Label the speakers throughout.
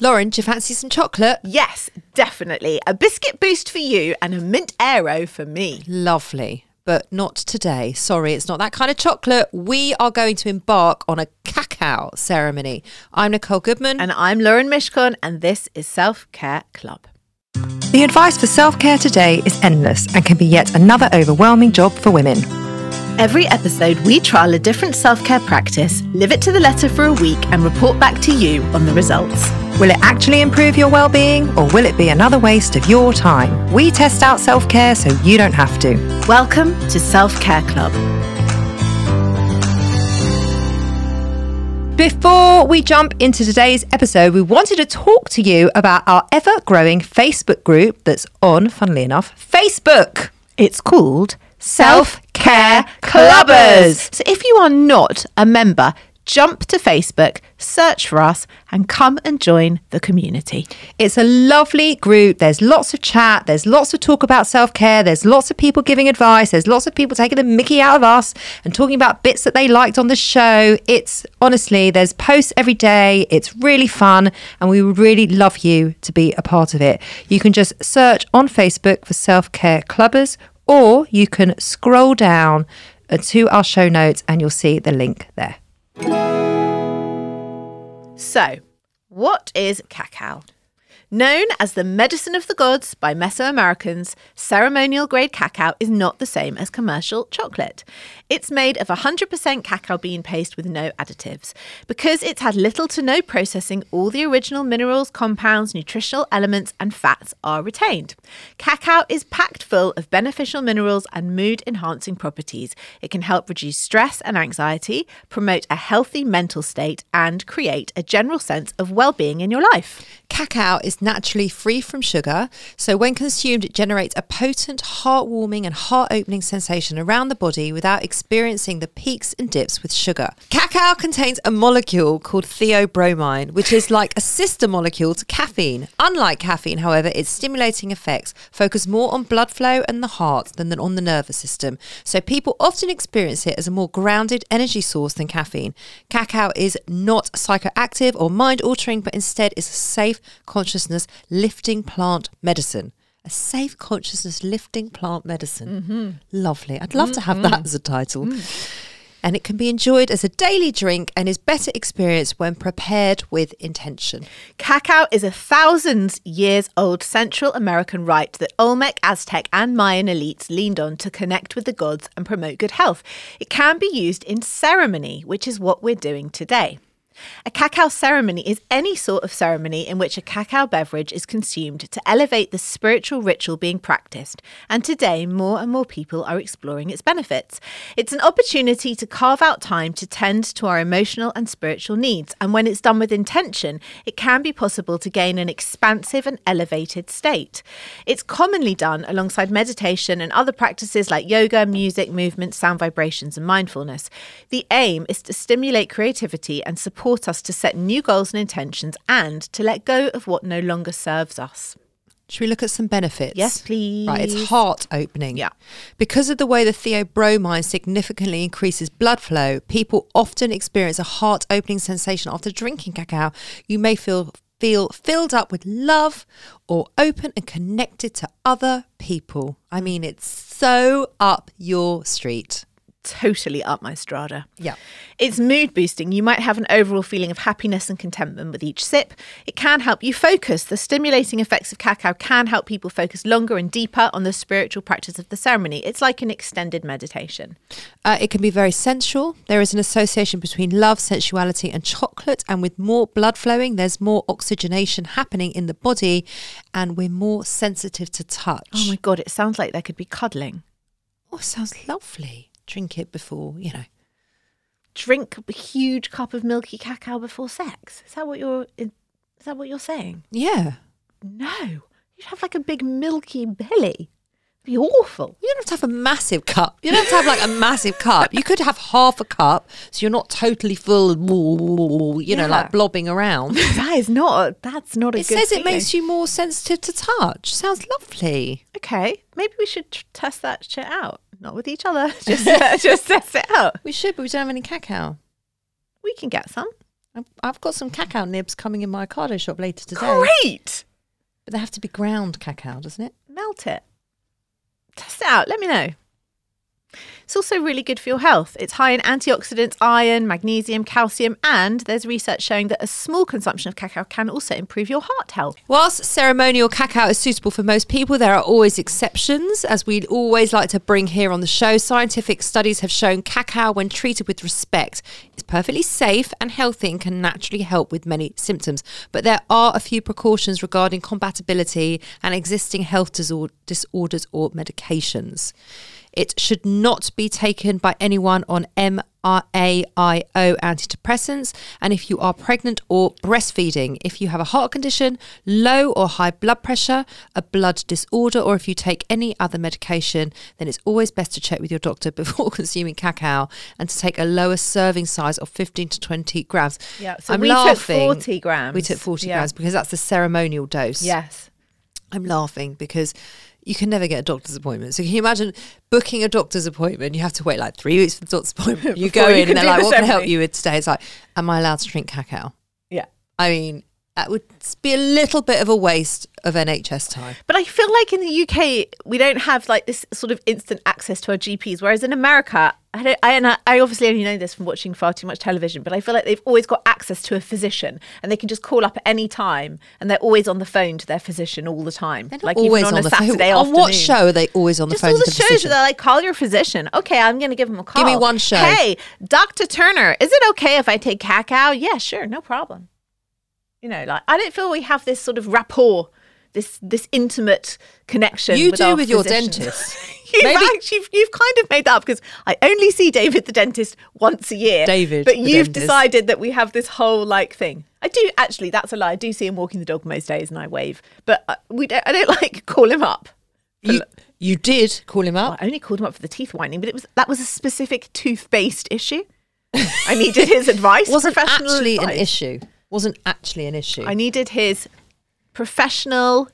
Speaker 1: Lauren, do you fancy some chocolate?
Speaker 2: Yes, definitely. A biscuit boost for you and a mint aero for me.
Speaker 1: Lovely. But not today. Sorry, it's not that kind of chocolate. We are going to embark on a cacao ceremony. I'm Nicole Goodman.
Speaker 2: And I'm Lauren Mishkon, and this is Self Care Club.
Speaker 3: The advice for self care today is endless and can be yet another overwhelming job for women.
Speaker 2: Every episode, we trial a different self care practice, live it to the letter for a week, and report back to you on the results.
Speaker 3: Will it actually improve your well being or will it be another waste of your time? We test out self care so you don't have to.
Speaker 2: Welcome to Self Care Club.
Speaker 3: Before we jump into today's episode, we wanted to talk to you about our ever growing Facebook group that's on, funnily enough, Facebook.
Speaker 2: It's called
Speaker 3: Self Care Clubbers.
Speaker 2: Clubbers. So if you are not a member, jump to Facebook, search for us, and come and join the community.
Speaker 3: It's a lovely group. There's lots of chat. There's lots of talk about self care. There's lots of people giving advice. There's lots of people taking the mickey out of us and talking about bits that they liked on the show. It's honestly, there's posts every day. It's really fun. And we would really love you to be a part of it. You can just search on Facebook for self care clubbers, or you can scroll down uh, to our show notes and you'll see the link there.
Speaker 2: So, what is cacao? Known as the medicine of the gods by Mesoamericans, ceremonial grade cacao is not the same as commercial chocolate. It's made of 100% cacao bean paste with no additives. Because it's had little to no processing, all the original minerals, compounds, nutritional elements, and fats are retained. Cacao is packed full of beneficial minerals and mood enhancing properties. It can help reduce stress and anxiety, promote a healthy mental state, and create a general sense of well being in your life.
Speaker 1: Cacao is naturally free from sugar, so when consumed, it generates a potent, heartwarming, and heart opening sensation around the body without experiencing the peaks and dips with sugar. Cacao contains a molecule called theobromine, which is like a sister molecule to caffeine. Unlike caffeine, however, its stimulating effects focus more on blood flow and the heart than on the nervous system, so people often experience it as a more grounded energy source than caffeine. Cacao is not psychoactive or mind altering, but instead is a safe consciousness lifting plant medicine. A safe consciousness lifting plant medicine. Lovely. I'd love to have that as a title. And it can be enjoyed as a daily drink and is better experienced when prepared with intention.
Speaker 2: Cacao is a thousands years old Central American rite that Olmec, Aztec, and Mayan elites leaned on to connect with the gods and promote good health. It can be used in ceremony, which is what we're doing today. A cacao ceremony is any sort of ceremony in which a cacao beverage is consumed to elevate the spiritual ritual being practiced, and today more and more people are exploring its benefits. It's an opportunity to carve out time to tend to our emotional and spiritual needs, and when it's done with intention, it can be possible to gain an expansive and elevated state. It's commonly done alongside meditation and other practices like yoga, music, movement, sound vibrations, and mindfulness. The aim is to stimulate creativity and support us to set new goals and intentions and to let go of what no longer serves us.
Speaker 1: Should we look at some benefits?
Speaker 2: Yes, please.
Speaker 1: Right, it's heart opening.
Speaker 2: Yeah.
Speaker 1: Because of the way the theobromine significantly increases blood flow, people often experience a heart opening sensation after drinking cacao. You may feel feel filled up with love or open and connected to other people. I mean, it's so up your street.
Speaker 2: totally up my strata.
Speaker 1: Yeah.
Speaker 2: It's mood boosting. You might have an overall feeling of happiness and contentment with each sip. It can help you focus. The stimulating effects of cacao can help people focus longer and deeper on the spiritual practice of the ceremony. It's like an extended meditation.
Speaker 1: Uh, it can be very sensual. There is an association between love, sensuality, and chocolate. And with more blood flowing, there's more oxygenation happening in the body, and we're more sensitive to touch.
Speaker 2: Oh my god, it sounds like there could be cuddling.
Speaker 1: Oh, sounds lovely. Drink it before, you know.
Speaker 2: Drink a huge cup of milky cacao before sex. Is that what you're is that what you're saying?
Speaker 1: Yeah.
Speaker 2: No. You'd have like a big milky belly. It'd be awful.
Speaker 1: You don't have to have a massive cup. You don't have to have like a massive cup. You could have half a cup so you're not totally full, you know,
Speaker 2: Yeah.
Speaker 1: like blobbing around.
Speaker 2: that is not that's not a
Speaker 1: It
Speaker 2: good
Speaker 1: says it
Speaker 2: feeling.
Speaker 1: makes you more sensitive to touch. Sounds lovely.
Speaker 2: Okay, maybe we should tr- test that shit out. Not with each other, just just test it out.
Speaker 1: We should, but we don't have any cacao.
Speaker 2: We can get some.
Speaker 1: I've- I've got some cacao nibs coming in my Ocado shop later today.
Speaker 2: Great.
Speaker 1: But they have to be ground cacao, doesn't it?
Speaker 2: Melt it. Test it out. Let me know. It's also really good for your health. It's high in antioxidants, iron, magnesium, calcium, and there's research showing that a small consumption of cacao can also improve your heart health.
Speaker 1: Whilst ceremonial cacao is suitable for most people, there are always exceptions, as we always like to bring here on the show. Scientific studies have shown cacao, when treated with respect, is perfectly safe and healthy and can naturally help with many symptoms. But there are a few precautions regarding compatibility and existing health disor- disorders or medications. It should not be taken by anyone on MRAIO antidepressants. And if you are pregnant or breastfeeding, if you have a heart condition, low or high blood pressure, a blood disorder, or if you take any other medication, then it's always best to check with your doctor before consuming cacao and to take a lower serving size of 15 to 20 grams.
Speaker 2: Yeah, so we took 40 grams.
Speaker 1: We took 40
Speaker 2: Yeah.
Speaker 1: grams because that's the ceremonial dose.
Speaker 2: Yes.
Speaker 1: I'm laughing because you can never get a doctor's appointment. So can you imagine booking a doctor's appointment? You have to wait like three weeks for the doctor's appointment. You go
Speaker 2: Before you
Speaker 1: in
Speaker 2: can
Speaker 1: and they're
Speaker 2: do
Speaker 1: like,
Speaker 2: the
Speaker 1: "What can I help
Speaker 2: ceremony."
Speaker 1: you with today?" It's like, "Am I allowed to drink cacao?"
Speaker 2: Yeah.
Speaker 1: I mean, that would be a little bit of a waste of NHS time.
Speaker 2: But I feel like in the UK we don't have like this sort of instant access to our GPs, whereas in America, I don't. I, and I, I obviously only know this from watching far too much television, but I feel like they've always got access to a physician, and they can just call up at any time, and they're always on the phone to their physician all the time,
Speaker 1: They're not
Speaker 2: like
Speaker 1: always
Speaker 2: even
Speaker 1: on
Speaker 2: on, a
Speaker 1: the phone.
Speaker 2: Saturday
Speaker 1: On what
Speaker 2: afternoon.
Speaker 1: show are they always on the
Speaker 2: Just
Speaker 1: phone
Speaker 2: all
Speaker 1: to
Speaker 2: the
Speaker 1: the
Speaker 2: shows
Speaker 1: physician?
Speaker 2: where they're like, call your physician. Okay, I'm going to give him a call.
Speaker 1: me one show.
Speaker 2: Hey, Dr. Turner, is it okay if I take cacao? Yeah, sure, no problem. You know, like I don't feel we have this sort of rapport, this this intimate connection.
Speaker 1: You
Speaker 2: with
Speaker 1: do
Speaker 2: our
Speaker 1: with your
Speaker 2: physicians.
Speaker 1: dentist.
Speaker 2: you've,
Speaker 1: Maybe-
Speaker 2: actually, you've, you've kind of made that up because I only see David the dentist once a year.
Speaker 1: David
Speaker 2: but
Speaker 1: the
Speaker 2: you've
Speaker 1: dentist.
Speaker 2: decided that we have this whole like thing. I do actually. That's a lie. I do see him walking the dog most days, and I wave. But I, we don't, I don't like call him up.
Speaker 1: You, you did call him
Speaker 2: Well,
Speaker 1: up.
Speaker 2: I only called him up for the teeth whitening, but it was that was a specific tooth-based issue. I needed his advice.
Speaker 1: wasn't
Speaker 2: professional
Speaker 1: actually an
Speaker 2: advice.
Speaker 1: issue. Wasn't actually an issue.
Speaker 2: I needed his professional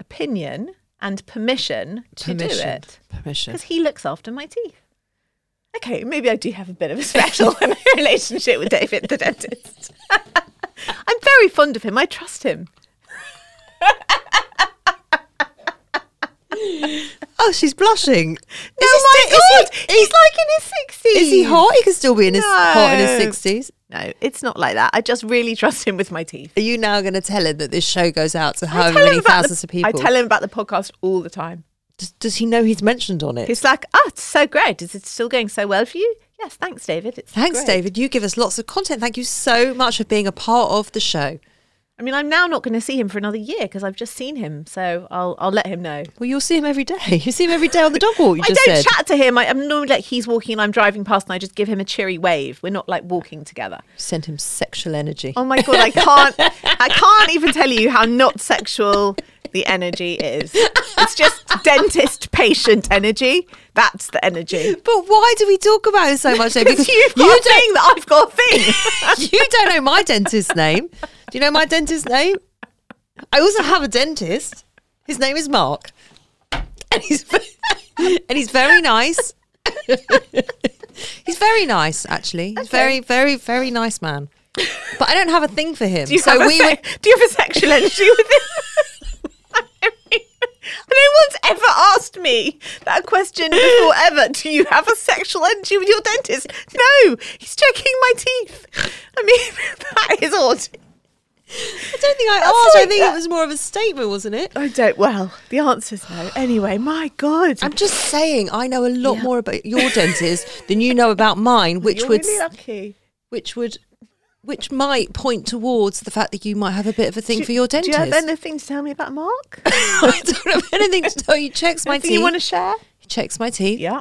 Speaker 2: opinion and permission to do
Speaker 1: Permission.
Speaker 2: it
Speaker 1: Permission.
Speaker 2: because he looks after my teeth. Okay, maybe I do have a bit of a special relationship with David the dentist. I'm very fond of him. I trust him.
Speaker 1: Oh, she's blushing.
Speaker 2: No, my God, he's like in his sixties.
Speaker 1: Is he hot? He can still be in his hot in his
Speaker 2: No.
Speaker 1: sixties.
Speaker 2: No, it's not like that. I just really trust him with my teeth.
Speaker 1: Are you now going to tell him that this show goes out to
Speaker 2: I
Speaker 1: however
Speaker 2: tell him
Speaker 1: many
Speaker 2: about the-
Speaker 1: thousands of people?
Speaker 2: I tell him about the podcast all the time.
Speaker 1: does, does he know he's mentioned on it?
Speaker 2: He's like, oh, it's so great. Is it still going so well for you? Yes, thanks, David. It's
Speaker 1: Thanks,
Speaker 2: great."
Speaker 1: David. You give us lots of content. Thank you so much for being a part of the show.
Speaker 2: I mean, I'm now not going to see him for another year because I've just seen him. So I'll, I'll let him know.
Speaker 1: Well, you'll see him every day. You see him every day on the dog walk. You
Speaker 2: I
Speaker 1: just
Speaker 2: don't
Speaker 1: said.
Speaker 2: chat to him. I, I'm normally like he's walking and I'm driving past and I just give him a cheery wave. We're not like walking together.
Speaker 1: Send him sexual energy.
Speaker 2: Oh my God, I can't, I can't even tell you how not sexual the energy is. It's just dentist patient energy. That's the energy.
Speaker 1: But why do we talk about him so much? though?
Speaker 2: Because you've got a thing that I've got a thing.
Speaker 1: you don't know my dentist's name. Do you know my dentist's name? I also have a dentist. His name is Mark, and he's and he's very nice. he's very nice, actually. He's very, very, very nice man. But I don't have a thing for him.
Speaker 2: Do you,
Speaker 1: so
Speaker 2: have a
Speaker 1: we
Speaker 2: se-
Speaker 1: would
Speaker 2: do you have a sexual energy with him? I don't want ever asked me that question before ever. Do you have a sexual energy with your dentist? No, he's checking my teeth. I mean, that is odd.
Speaker 1: I don't think I
Speaker 2: That's
Speaker 1: asked. I
Speaker 2: like
Speaker 1: think
Speaker 2: that.
Speaker 1: it was more of a statement, wasn't it?
Speaker 2: I don't. Well, the answer's no. Anyway, my God.
Speaker 1: I'm just saying, I know a lot more about your dentist than you know about mine, which
Speaker 2: You're
Speaker 1: would,
Speaker 2: really lucky.
Speaker 1: which would, which might point towards the fact that you might have a bit of a thing
Speaker 2: Do-
Speaker 1: for your dentist.
Speaker 2: Do you have anything to tell me about Mark?
Speaker 1: I don't have anything to tell you. He Checks my
Speaker 2: anything
Speaker 1: teeth.
Speaker 2: you want to share?
Speaker 1: He checks my teeth.
Speaker 2: Yeah.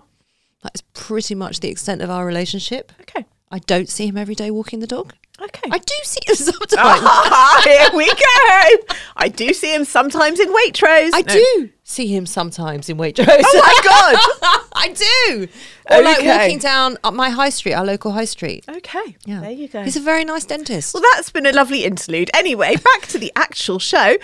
Speaker 1: That's pretty much the extent of our relationship.
Speaker 2: Okay.
Speaker 1: I don't see him every day walking the dog.
Speaker 2: Okay.
Speaker 1: I do see him sometimes.
Speaker 2: Ah, here we go. I do see him sometimes in Waitrose.
Speaker 1: I
Speaker 2: No.
Speaker 1: do see him sometimes in Waitrose.
Speaker 2: Oh my God.
Speaker 1: I do. Or like
Speaker 2: Okay.
Speaker 1: walking down up my high street, our local high street.
Speaker 2: Okay.
Speaker 1: Yeah.
Speaker 2: There you go.
Speaker 1: He's a very nice dentist.
Speaker 2: Well, that's been a lovely interlude. Anyway, back to the actual show.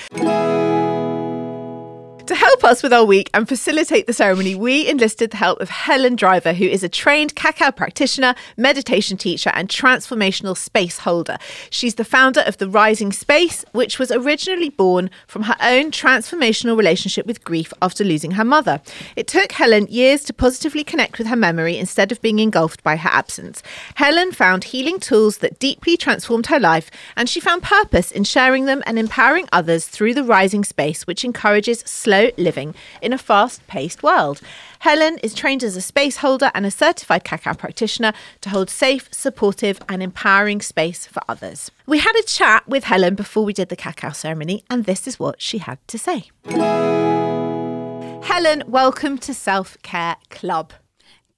Speaker 2: To help us with our week and facilitate the ceremony, we enlisted the help of Helen Driver, who is a trained cacao practitioner, meditation teacher, and transformational space holder. She's the founder of The Rising Space, which was originally born from her own transformational relationship with grief after losing her mother. It took Helen years to positively connect with her memory instead of being engulfed by her absence. Helen found healing tools that deeply transformed her life, and she found purpose in sharing them and empowering others through the rising space, which encourages slow living in a fast paced world. Helen is trained as a space holder and a certified cacao practitioner to hold safe, supportive, and empowering space for others. We had a chat with Helen before we did the cacao ceremony, and this is what she had to say. Helen, welcome to Self Care Club.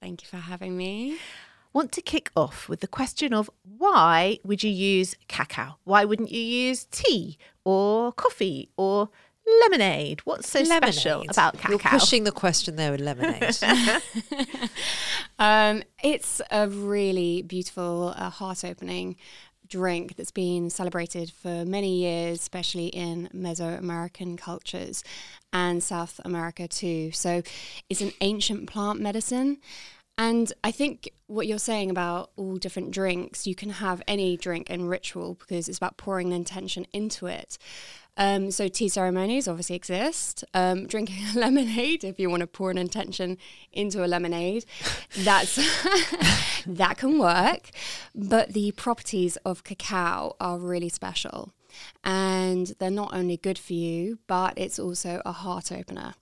Speaker 4: Thank you for having me.
Speaker 2: want to kick off with the question of why would you use cacao? Why wouldn't you use tea or coffee or lemonade? What's so special
Speaker 1: Lemonade.
Speaker 2: about cacao?
Speaker 1: You're pushing the question there with lemonade.
Speaker 4: Um, it's a really beautiful, uh, heart opening drink that's been celebrated for many years, especially in Mesoamerican cultures and South America too. So it's an ancient plant medicine. And I think what you're saying about all different drinks, you can have any drink and ritual because it's about pouring the intention into it. Um, so tea ceremonies obviously exist. Um, drinking a lemonade, if you want to pour an intention into a lemonade, that's that can work. But the properties of cacao are really special, and they're not only good for you, but it's also a heart opener.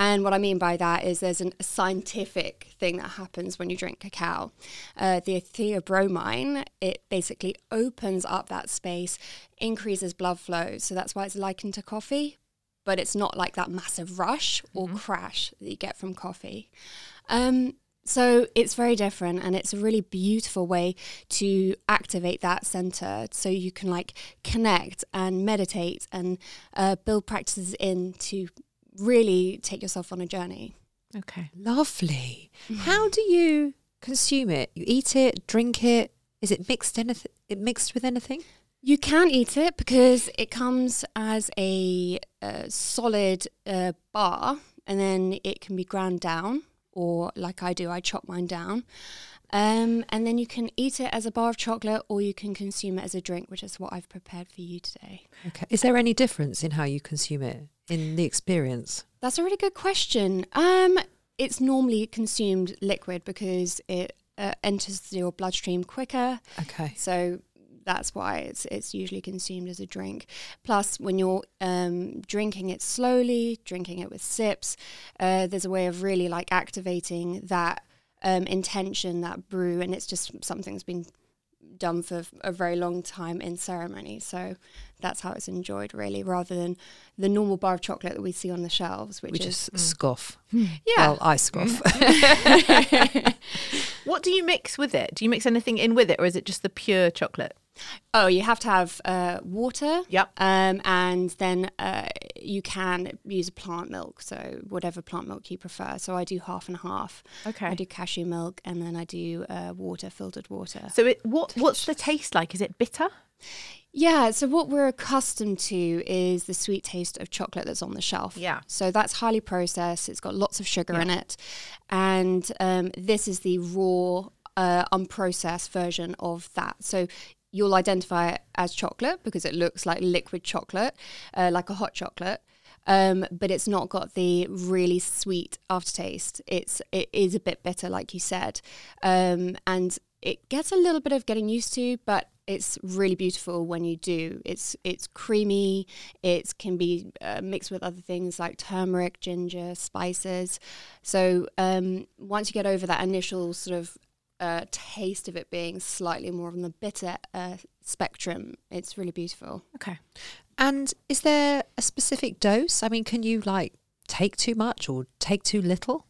Speaker 4: And what I mean by that is there's an, a scientific thing that happens when you drink cacao. Uh, the theobromine, it basically opens up that space, increases blood flow. So that's why it's likened to coffee, but it's not like that massive rush or crash that you get from coffee. Um, so it's very different and it's a really beautiful way to activate that center so you can like connect and meditate and uh, build practices in to really take yourself on a journey.
Speaker 2: Okay.
Speaker 1: Lovely. How do you consume it? You eat it, drink it. Is it mixed anything? It mixed with anything?
Speaker 4: You can eat it because it comes as a, uh solid uh, bar and then it can be ground down, or like I do, I chop mine down. Um, and then you can eat it as a bar of chocolate or you can consume it as a drink, which is what I've prepared for you today.
Speaker 1: Okay. Is there any difference in how you consume it in the experience?
Speaker 4: That's a really good question. Um, it's normally consumed liquid because it uh, enters your bloodstream quicker.
Speaker 1: Okay.
Speaker 4: So that's why it's it's usually consumed as a drink. Plus, when you're um, drinking it slowly, drinking it with sips, uh, there's a way of really like activating that um, intention, that brew, and it's just something that's been done for a very long time in ceremony. So that's how it's enjoyed, really, rather than the normal bar of chocolate that we see on the shelves, which
Speaker 1: we
Speaker 4: is
Speaker 1: just scoff.
Speaker 4: yeah.
Speaker 1: Mm. Hmm. Well, I scoff.
Speaker 2: What do you mix with it? Do you mix anything in with it, or is it just the pure chocolate?
Speaker 4: Oh, you have to have uh, water.
Speaker 2: Yep.
Speaker 4: Um, and then uh, you can use plant milk, so whatever plant milk you prefer. So I do half and half.
Speaker 2: Okay.
Speaker 4: I do cashew milk, and then I do uh, water, filtered water.
Speaker 2: So, it, what what's the taste like? Is it bitter?
Speaker 4: Yeah, so what we're accustomed to is the sweet taste of chocolate that's on the shelf.
Speaker 2: Yeah.
Speaker 4: So that's highly processed, it's got lots of sugar in it. And um, this is the raw, uh, unprocessed version of that. So you'll identify it as chocolate because it looks like liquid chocolate, uh, like a hot chocolate. um, but it's not got the really sweet aftertaste. It's it is a bit bitter, like you said, um, and it gets a little bit of getting used to, but it's really beautiful when you do. It's it's creamy. It can be uh, mixed with other things like turmeric, ginger, spices. So um, once you get over that initial sort of uh, taste of it being slightly more on the bitter uh, spectrum, it's really beautiful.
Speaker 2: Okay.
Speaker 1: And is there a specific dose? I mean, can you like take too much or take too little?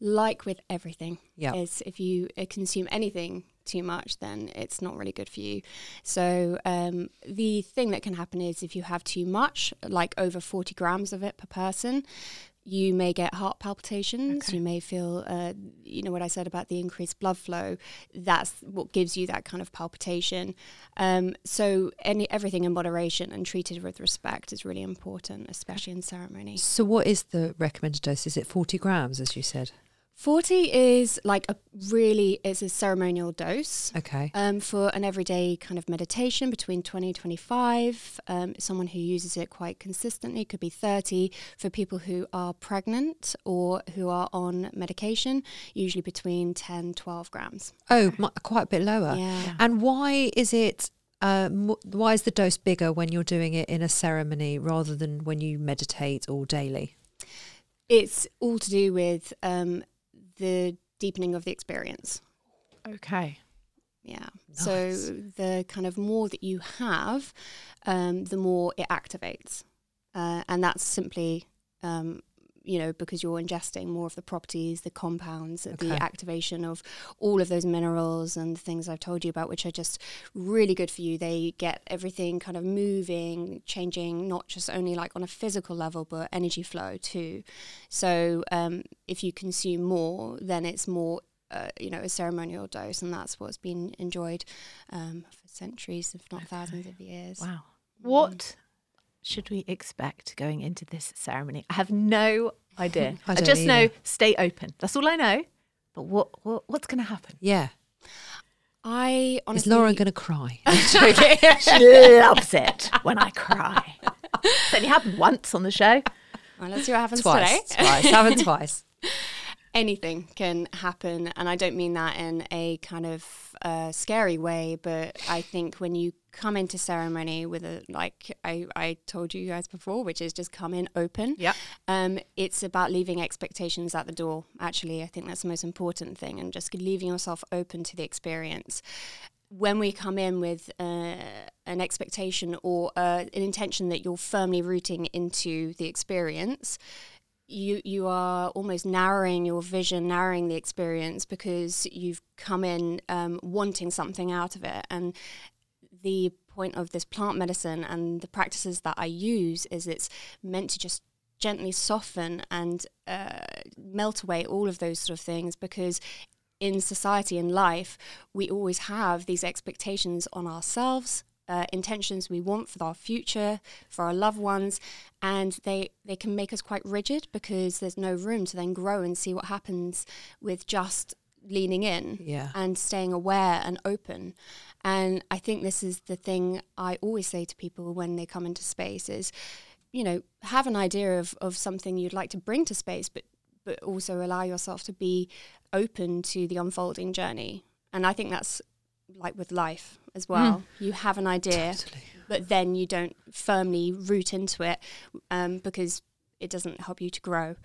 Speaker 4: Like with everything,
Speaker 1: Yeah.
Speaker 4: is if you uh, consume anything too much, then it's not really good for you. So um, the thing that can happen is if you have too much, like over forty grams of it per person. You may get heart palpitations. You may feel, uh, you know, what I said about the increased blood flow. That's what gives you that kind of palpitation. Um, so any everything in moderation and treated with respect is really important, especially in ceremony.
Speaker 1: So, what is the recommended dose? Is it 40 grams, as you said?
Speaker 4: 40 is like a really it's a ceremonial dose
Speaker 1: Okay.
Speaker 4: um, for an everyday kind of meditation between 20 and 25 um, someone who uses it quite consistently could be 30 for people who are pregnant or who are on medication usually between 10 12 grams
Speaker 1: Oh, mu quite a bit lower.
Speaker 4: Yeah.
Speaker 1: And why is it? Uh, mo- why is the dose bigger when you're doing it in a ceremony rather than when you meditate or daily?
Speaker 4: it's all to do with um, the deepening of the experience
Speaker 2: Okay.
Speaker 4: Yeah. So the kind of more that you have, um, the more it activates, uh, and that's simply, um, you know, because you're ingesting more of the properties, the compounds,
Speaker 1: Okay.
Speaker 4: the activation of all of those minerals and the things I've told you about, which are just really good for you. They get everything kind of moving, changing, not just only like on a physical level, but energy flow too. So um, if you consume more, then it's more, uh, you know, a ceremonial dose, and that's what's been enjoyed um, for centuries, if not thousands of years.
Speaker 2: Wow.
Speaker 1: Mm.
Speaker 2: What should we expect going into this ceremony? I have no idea.
Speaker 1: I
Speaker 2: I,
Speaker 1: don't
Speaker 2: just know
Speaker 1: either.
Speaker 2: stay open. That's all I know. But what, what what's going to happen?
Speaker 1: Yeah.
Speaker 4: I honestly,
Speaker 1: is Lauren going to cry?
Speaker 2: she loves it when I cry. It's only happened once on the show.
Speaker 4: Well, let's see what happens
Speaker 1: twice.
Speaker 4: today.
Speaker 1: twice. Haven't twice.
Speaker 4: anything can happen and i don't mean that in a kind of uh, scary way but i think when you come into ceremony with a like I, I told you guys before which is just come in open
Speaker 2: Yep.
Speaker 4: um, it's about leaving expectations at the door actually i think that's the most important thing and just leaving yourself open to the experience when we come in with uh, an expectation or uh, an intention that you're firmly rooting into the experience you you are almost narrowing your vision, narrowing the experience because you've come in um, wanting something out of it. And the point of this plant medicine and the practices that I use is it's meant to just gently soften and uh, melt away all of those sort of things because in society and life we always have these expectations on ourselves uh, intentions we want for our future for our loved ones and they they can make us quite rigid because there's no room to then grow and see what happens with just leaning in
Speaker 1: Yeah.
Speaker 4: and staying aware and open. And I think this is the thing I always say to people when they come into space is, you know, have an idea of, of something you'd like to bring to space, but but also allow yourself to be open to the unfolding journey. And I think that's like with life as well. You have an idea, but then you don't firmly root into it um, because it doesn't help you to grow.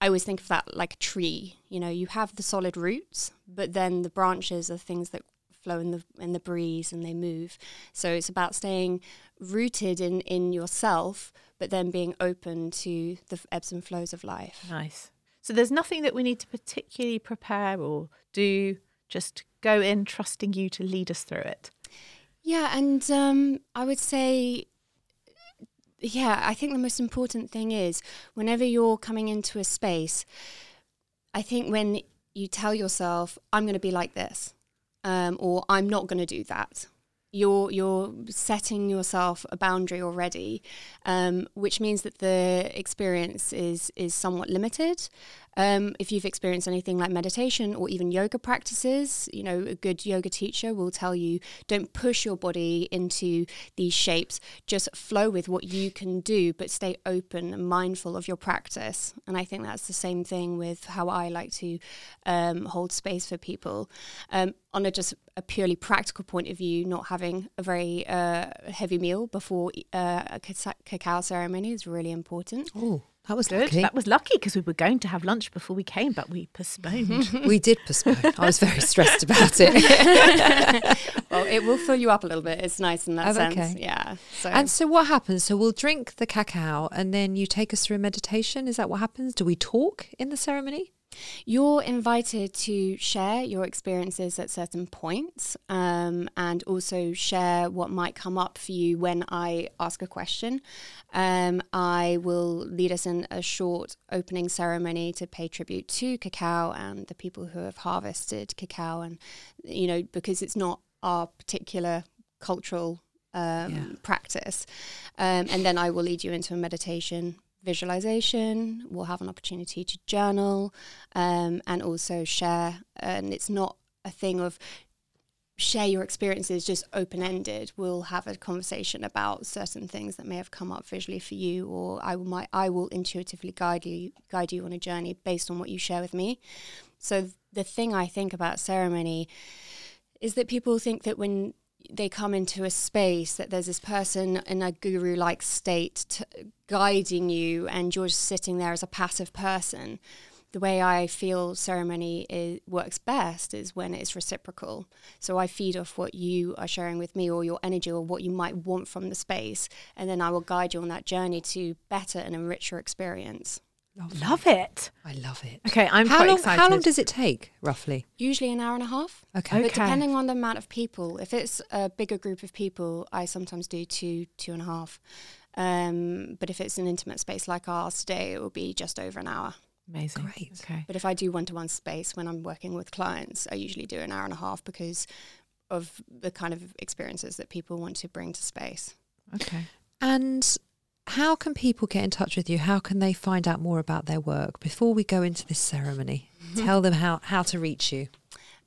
Speaker 4: I always think of that like a tree. You know, you have the solid roots, but then the branches are things that flow in the in the breeze and they move. So it's about staying rooted in in yourself, but then being open to the f- ebbs and flows of life.
Speaker 2: Nice. So there's nothing that we need to particularly prepare or do. Just go in, trusting you to lead us through it.
Speaker 4: Yeah, and um, I would say, yeah, I think the most important thing is whenever you're coming into a space, I think when you tell yourself, "I'm going to be like this," um, or "I'm not going to do that," you're you're setting yourself a boundary already, um, which means that the experience is is somewhat limited, Um, if you've experienced anything like meditation or even yoga practices, you know, a good yoga teacher will tell you don't push your body into these shapes, just flow with what you can do, but stay open and mindful of your practice. And I think that's the same thing with how I like to um, hold space for people. Um, on a just a purely practical point of view, not having a very uh, heavy meal before uh, a ca- cacao ceremony is really important.
Speaker 1: Oh, that was
Speaker 2: Good.
Speaker 1: lucky.
Speaker 2: That was lucky because we were going to have lunch before we came, but we postponed.
Speaker 1: we did postpone. I was very stressed about it.
Speaker 4: Well, it will fill you up a little bit. It's nice in that
Speaker 1: Oh,
Speaker 4: sense.
Speaker 1: okay.
Speaker 4: Yeah. So
Speaker 1: and so, what happens? So, we'll drink the cacao, and then you take us through a meditation. Is that what happens? Do we talk in the ceremony?
Speaker 4: you're invited to share your experiences at certain points um, and also share what might come up for you when I ask a question. Um, I will lead us in a short opening ceremony to pay tribute to cacao and the people who have harvested cacao. And, you know, because it's not our particular cultural um, practice. Um, and then I will lead you into a meditation visualization. We'll have an opportunity to journal um, and also share. And it's not a thing of share your experiences just open ended. We'll have a conversation about certain things that may have come up visually for you, or I will, might, I will intuitively guide you guide you on a journey based on what you share with me. So th- the thing I think about ceremony is that people think that when they come into a space that there's this person in a guru like state t- guiding you and you're just sitting there as a passive person the way i feel ceremony is, works best is when it's reciprocal so i feed off what you are sharing with me or your energy or what you might want from the space and then i will guide you on that journey to better and a richer experience
Speaker 2: Love it.
Speaker 1: I love it.
Speaker 2: Okay, I'm
Speaker 1: how
Speaker 2: quite
Speaker 1: long, How long
Speaker 2: excited.
Speaker 1: does it take, roughly?
Speaker 4: usually an hour and a half
Speaker 1: Okay.
Speaker 4: But
Speaker 2: Okay.
Speaker 4: depending on the amount of people, if it's a bigger group of people, I sometimes do two, two and a half. Um, but if it's an intimate space like ours today, it will be just over an hour.
Speaker 2: Amazing.
Speaker 1: Great.
Speaker 2: Okay.
Speaker 4: But if I do one to one space when I'm working with clients, I usually do an hour and a half because of the kind of experiences that people want to bring to space.
Speaker 2: Okay.
Speaker 1: And how can people get in touch with you? How can they find out more about their work before we go into this ceremony?
Speaker 2: Mm-hmm.
Speaker 1: Tell them how, how to reach you.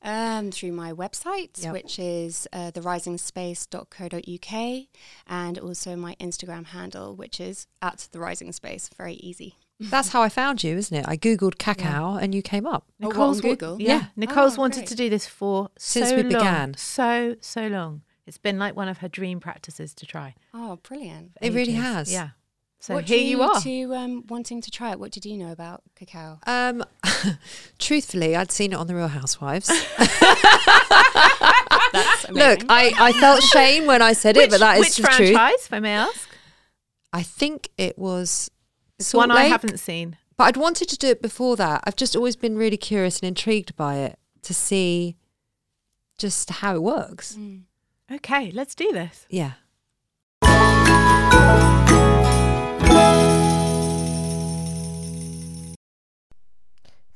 Speaker 4: Um, through my website,
Speaker 1: Yep.
Speaker 4: which is uh, therisingspace.co.uk, and also my Instagram handle, which is at the rising space. Very easy.
Speaker 1: That's how I found you, isn't it? I Googled cacao and you came up.
Speaker 4: Oh, what, on
Speaker 2: Nicole's wa-
Speaker 4: Google?
Speaker 2: yeah.
Speaker 1: Yeah.
Speaker 2: Nicole's
Speaker 4: Oh,
Speaker 2: wanted
Speaker 4: great.
Speaker 2: to do this for
Speaker 1: Since
Speaker 2: so
Speaker 1: we
Speaker 2: long,
Speaker 1: began.
Speaker 2: So so long. It's been like one of her dream practices to try.
Speaker 4: Oh, brilliant.
Speaker 2: for
Speaker 1: It really
Speaker 2: ages.
Speaker 1: has.
Speaker 2: Yeah. So
Speaker 4: what
Speaker 2: here
Speaker 4: drew
Speaker 2: you are.
Speaker 4: To um, wanting to try it, what did you know about cacao?
Speaker 1: Um, truthfully, I'd seen it on The Real Housewives.
Speaker 4: That's
Speaker 1: Ah! Look, I, I felt shame when I said it, but that is
Speaker 2: which
Speaker 1: the
Speaker 2: franchise,
Speaker 1: truth.
Speaker 2: if I may ask?
Speaker 1: I think it was.
Speaker 2: It's
Speaker 1: Salt
Speaker 2: one I
Speaker 1: Lake,
Speaker 2: haven't seen.
Speaker 1: But I'd wanted to do it before that. I've just always been really curious and intrigued by it to see just how it works.
Speaker 2: Okay, let's do this.
Speaker 1: Yeah.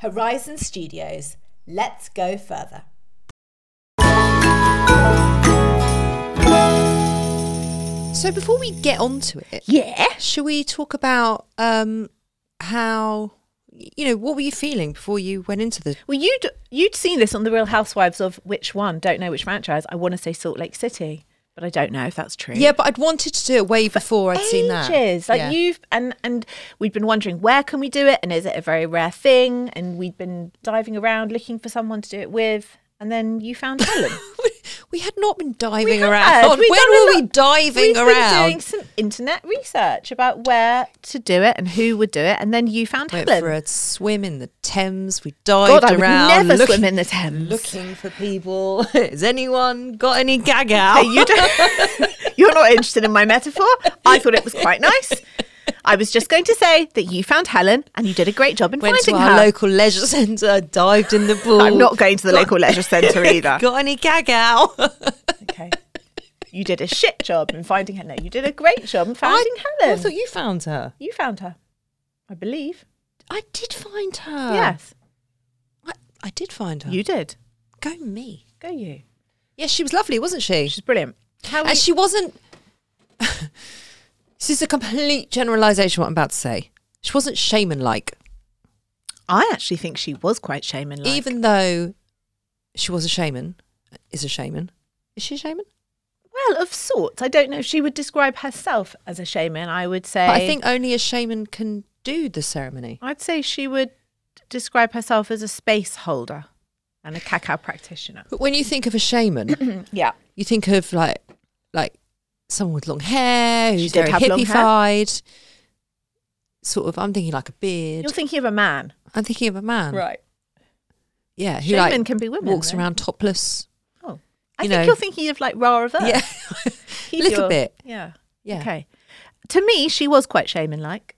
Speaker 5: Horizon Studios. Let's go further.
Speaker 1: So before we get onto it,
Speaker 2: Yeah.
Speaker 1: Shall we talk about um, how you know what were you feeling before you went into the?
Speaker 2: Well, you'd you'd seen this on the Real Housewives of which one? Don't know which franchise. I want to say Salt Lake City, but I don't know if that's true.
Speaker 1: Yeah, but I'd wanted to do it way before I'd
Speaker 2: ages.
Speaker 1: seen that.
Speaker 2: Like
Speaker 1: Yeah.
Speaker 2: you've and and we'd been wondering where can we do it, and is it a very rare thing? And we'd been diving around looking for someone to do it with, and then you found Helen.
Speaker 1: we had not been diving
Speaker 2: had.
Speaker 1: around.
Speaker 2: We'd
Speaker 1: when
Speaker 2: done a
Speaker 1: were we
Speaker 2: lot-
Speaker 1: diving
Speaker 2: We've
Speaker 1: around?
Speaker 2: Been doing some internet research about where to do it and who would do it, and then you found
Speaker 1: Went
Speaker 2: Helen.
Speaker 1: for a swim in the Thames. We dived
Speaker 2: God, I would
Speaker 1: around.
Speaker 2: never
Speaker 1: looking-
Speaker 2: swim in the Thames.
Speaker 6: Looking for people. Has anyone got any gag out?
Speaker 2: Hey, you don't, you're not interested in my metaphor. I thought it was quite nice. I was just going to say that you found Helen and you did a great job in
Speaker 1: Went to
Speaker 2: finding
Speaker 1: our
Speaker 2: her.
Speaker 1: local leisure centre, dived in the pool.
Speaker 2: I'm not going to the local leisure centre either.
Speaker 1: got any gag out.
Speaker 2: Okay. You did a shit job in finding her. No, you did a great job in finding
Speaker 1: I,
Speaker 2: Helen.
Speaker 1: I thought you found her.
Speaker 2: you found her, I believe.
Speaker 1: I did find her.
Speaker 2: yes,
Speaker 1: I, I did find her.
Speaker 2: you did.
Speaker 1: Go me.
Speaker 2: Go you.
Speaker 1: Yeah, she was lovely, wasn't she?
Speaker 2: She's brilliant. How
Speaker 1: And
Speaker 2: we-
Speaker 1: she wasn't. this is a complete generalisation. What I'm about to say. She wasn't shaman like,
Speaker 2: I actually think she was quite shaman like.
Speaker 1: even though she was a shaman. Is a shaman. Is she a shaman?
Speaker 2: well, of sorts. I don't know if she would describe herself as a shaman. I would say.
Speaker 1: But I think only a shaman can do the ceremony.
Speaker 2: I'd say she would describe herself as a space holder and a cacao practitioner.
Speaker 1: But when you think of a shaman,
Speaker 2: Yeah.
Speaker 1: you think of like like someone with long hair
Speaker 2: She
Speaker 1: who's
Speaker 2: did
Speaker 1: very
Speaker 2: have long hair.
Speaker 1: hippified. Sort of. I'm thinking like a beard.
Speaker 2: You're thinking of a man.
Speaker 1: I'm thinking of a man.
Speaker 2: Right.
Speaker 1: Yeah. Who
Speaker 2: Shaman
Speaker 1: like
Speaker 2: can be women,
Speaker 1: walks
Speaker 2: though.
Speaker 1: around topless.
Speaker 2: Oh. I
Speaker 1: You
Speaker 2: think
Speaker 1: know.
Speaker 2: you're thinking of like Ra of Earth.
Speaker 1: Yeah. a
Speaker 2: Keep
Speaker 1: little
Speaker 2: your-
Speaker 1: bit.
Speaker 2: Yeah.
Speaker 1: Yeah.
Speaker 2: Okay. To me, she was quite shaman like.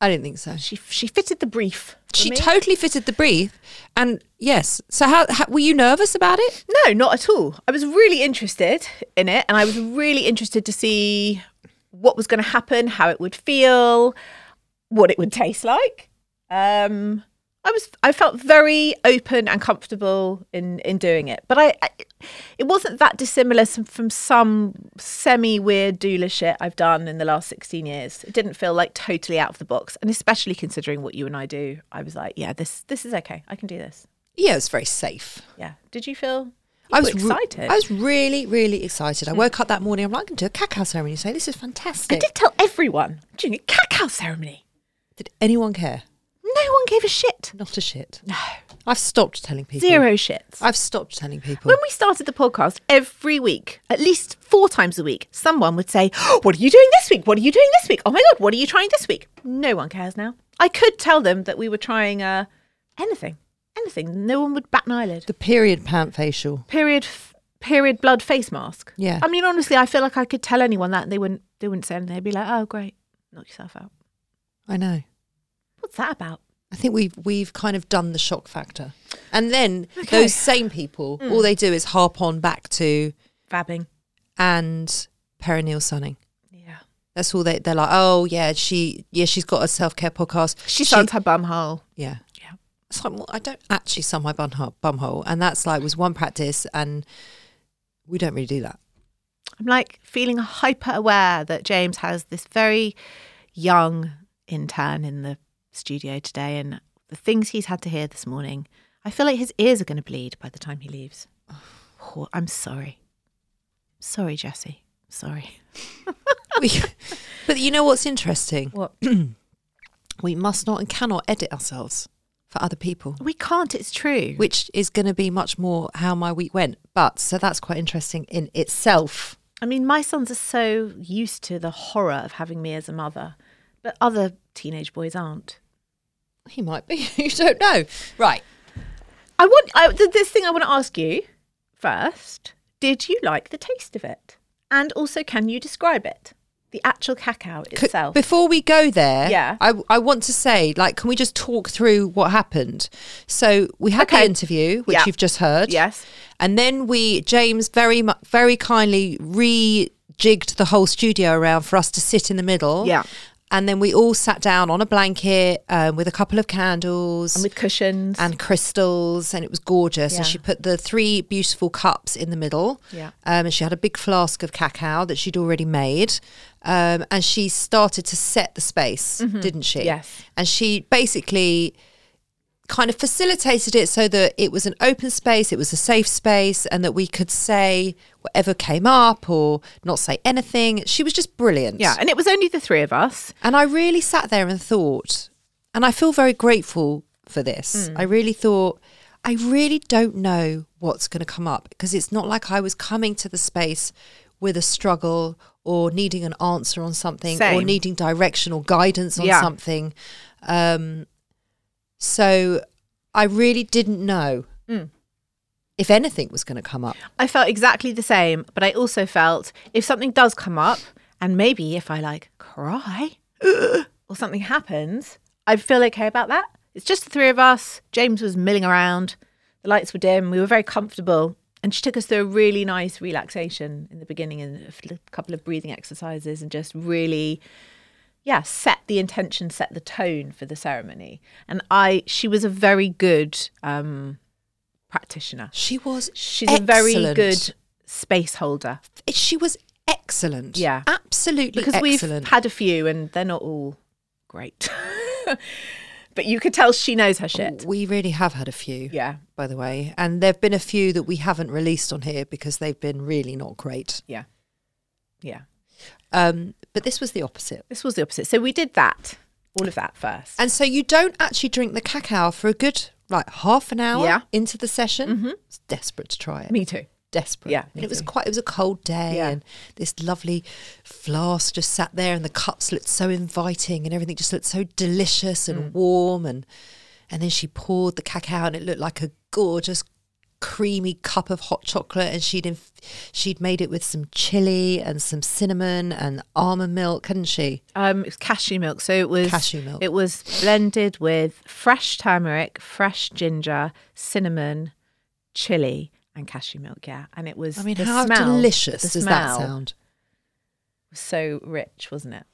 Speaker 1: I didn't think so.
Speaker 2: She she fitted the brief. for
Speaker 1: She
Speaker 2: me.
Speaker 1: totally fitted the brief. And yes. So how, how were you nervous about it?
Speaker 2: No, not at all. I was really interested in it and I was really interested to see what was going to happen, how it would feel, what it would taste like. Um I was I felt very open and comfortable in in doing it. But I, I it wasn't that dissimilar s- from some semi weird doula shit I've done in the last 16 years. It didn't feel like totally out of the box and especially considering what you and I do, I was like, yeah, this this is okay. I can do this.
Speaker 1: Yeah, it was very safe.
Speaker 2: Yeah. Did you feel
Speaker 1: I was
Speaker 2: you were
Speaker 1: re-
Speaker 2: excited.
Speaker 1: I was really, really excited. I woke up that morning. I'm like, I'm going to do a cacao ceremony. So this is
Speaker 2: Hmm. I
Speaker 1: fantastic.
Speaker 2: did tell everyone during a cacao ceremony.
Speaker 1: Did anyone care?
Speaker 2: No one gave a shit.
Speaker 1: Not a shit. No. I've stopped telling people.
Speaker 2: Zero shits.
Speaker 1: I've stopped telling people.
Speaker 2: When we started the podcast every week, at least four times a week, someone would say, "Oh, What are you doing this week? What are you doing this week? Oh my God, what are you trying this week? No one cares now. I could tell them that we were trying uh, anything, anything. No one would bat an eyelid.
Speaker 1: the period pant facial.
Speaker 2: Period. F- period blood face mask.
Speaker 1: Yeah.
Speaker 2: I mean, honestly, I feel like I could tell anyone that and they wouldn't, they wouldn't say anything. They'd be like, Oh, great. Knock yourself out.
Speaker 1: I know.
Speaker 2: What's that about?
Speaker 1: I think we've we've kind of done the shock factor, and then
Speaker 2: Okay. Hmm.
Speaker 1: those same people, all they do is harp on back to
Speaker 2: Vabbing.
Speaker 1: and perineal sunning.
Speaker 2: Yeah.
Speaker 1: That's all they they're like. Oh yeah, she yeah she's got a self care podcast.
Speaker 2: She sounds her bum hole.
Speaker 1: yeah.
Speaker 2: Yeah.
Speaker 1: It's like well, I don't actually sun my bum hole, bum hole, and that's like was one practice, and we don't really do that.
Speaker 2: I'm like feeling hyper aware that James has this very young intern in the studio today and the things he's had to hear this morning. I feel like his ears are going to bleed by the time he leaves. Oh, I'm sorry. Sorry, Jesse. Sorry.
Speaker 1: We, but you know what's interesting?
Speaker 2: What?
Speaker 1: We must not and cannot edit ourselves for other people,
Speaker 2: We can't. It's true.
Speaker 1: which is going to be much more how my week went. But so that's quite interesting in itself.
Speaker 2: I mean, my sons are so used to the horror of having me as a mother, but other teenage boys aren't.
Speaker 1: He might be. You don't know, right?
Speaker 2: I want I, th- this thing I want to ask you first. Did you like the taste of it? And also, can you describe it? The actual cacao
Speaker 1: C-
Speaker 2: itself.
Speaker 1: Before we go there,
Speaker 2: Yeah.
Speaker 1: I, I want to say, like, can we just talk through what happened? So we had
Speaker 2: Okay.
Speaker 1: the interview, which
Speaker 2: Yeah.
Speaker 1: you've just heard.
Speaker 2: Yes.
Speaker 1: And then we, James very, mu- very kindly rejigged the whole studio around for us to sit in the middle.
Speaker 2: Yeah.
Speaker 1: And then we all sat down on a blanket um, with a couple of candles
Speaker 2: And with cushions.
Speaker 1: and crystals, and it was gorgeous. And
Speaker 2: Yeah.
Speaker 1: she put the three beautiful cups in the middle.
Speaker 2: Yeah.
Speaker 1: Um, and she had a big flask of cacao that she'd already made. Um, and she started to set the space, didn't she?
Speaker 2: Mm-hmm. Yes.
Speaker 1: And she basically kind of facilitated it so that it was an open space, it was a safe space, and that we could say whatever came up or not say anything. She was just brilliant.
Speaker 2: yeah, and it was only the three of us.
Speaker 1: And I really sat there and thought, and I feel very grateful for this.
Speaker 2: Hmm.
Speaker 1: I really thought, I really don't know what's going to come up because it's not like I was coming to the space with a struggle or needing an answer on something or
Speaker 2: Same.
Speaker 1: needing direction or guidance on
Speaker 2: Yeah.
Speaker 1: something. Um, so I really didn't know if anything was going to come up.
Speaker 2: I felt exactly the same, but I also felt if something does come up, and maybe if I like cry or something happens, I feel okay about that. It's just the three of us. James was milling around, the lights were dim, we were very comfortable. And she took us through a really nice relaxation in the beginning and a fl- couple of breathing exercises and just really yeah, set the intention, set the tone for the ceremony. And I she was a very good um practitioner.
Speaker 1: She was
Speaker 2: She's a very
Speaker 1: excellent.
Speaker 2: good space holder
Speaker 1: She was excellent.
Speaker 2: Yeah.
Speaker 1: absolutely
Speaker 2: because
Speaker 1: excellent.
Speaker 2: we've had a few and they're not all great. but you could tell she knows her shit.
Speaker 1: We really have had a few.
Speaker 2: Yeah.
Speaker 1: By the way, and there've been a few that we haven't released on here because they've been really not great.
Speaker 2: Yeah. Yeah.
Speaker 1: Um, but this was the opposite.
Speaker 2: This was the opposite. So we did that, all of that first.
Speaker 1: And so you don't actually drink the cacao for a good like half an hour
Speaker 2: Yeah. Mm-hmm.
Speaker 1: into the session. I was desperate to try it.
Speaker 2: Me too.
Speaker 1: desperate.
Speaker 2: Yeah,
Speaker 1: and
Speaker 2: me
Speaker 1: it was
Speaker 2: too.
Speaker 1: quite. It was a cold day,
Speaker 2: Yeah.
Speaker 1: and this lovely flask just sat there, and the cups looked so inviting, and everything just looked so delicious
Speaker 2: Mm.
Speaker 1: and warm, and and then she poured the cacao, and it looked like a gorgeous creamy cup of hot chocolate and she'd inf- she'd made it with some chili and some cinnamon and almond milk hadn't she
Speaker 2: Um, it was cashew milk. So it was
Speaker 1: Cashew milk.
Speaker 2: It was blended with fresh turmeric, fresh ginger, cinnamon, chili, and cashew milk. Yeah, and it was.
Speaker 1: i mean
Speaker 2: the
Speaker 1: how
Speaker 2: smell-
Speaker 1: delicious
Speaker 2: the
Speaker 1: does that
Speaker 2: smell
Speaker 1: sound
Speaker 2: Was so rich, wasn't it?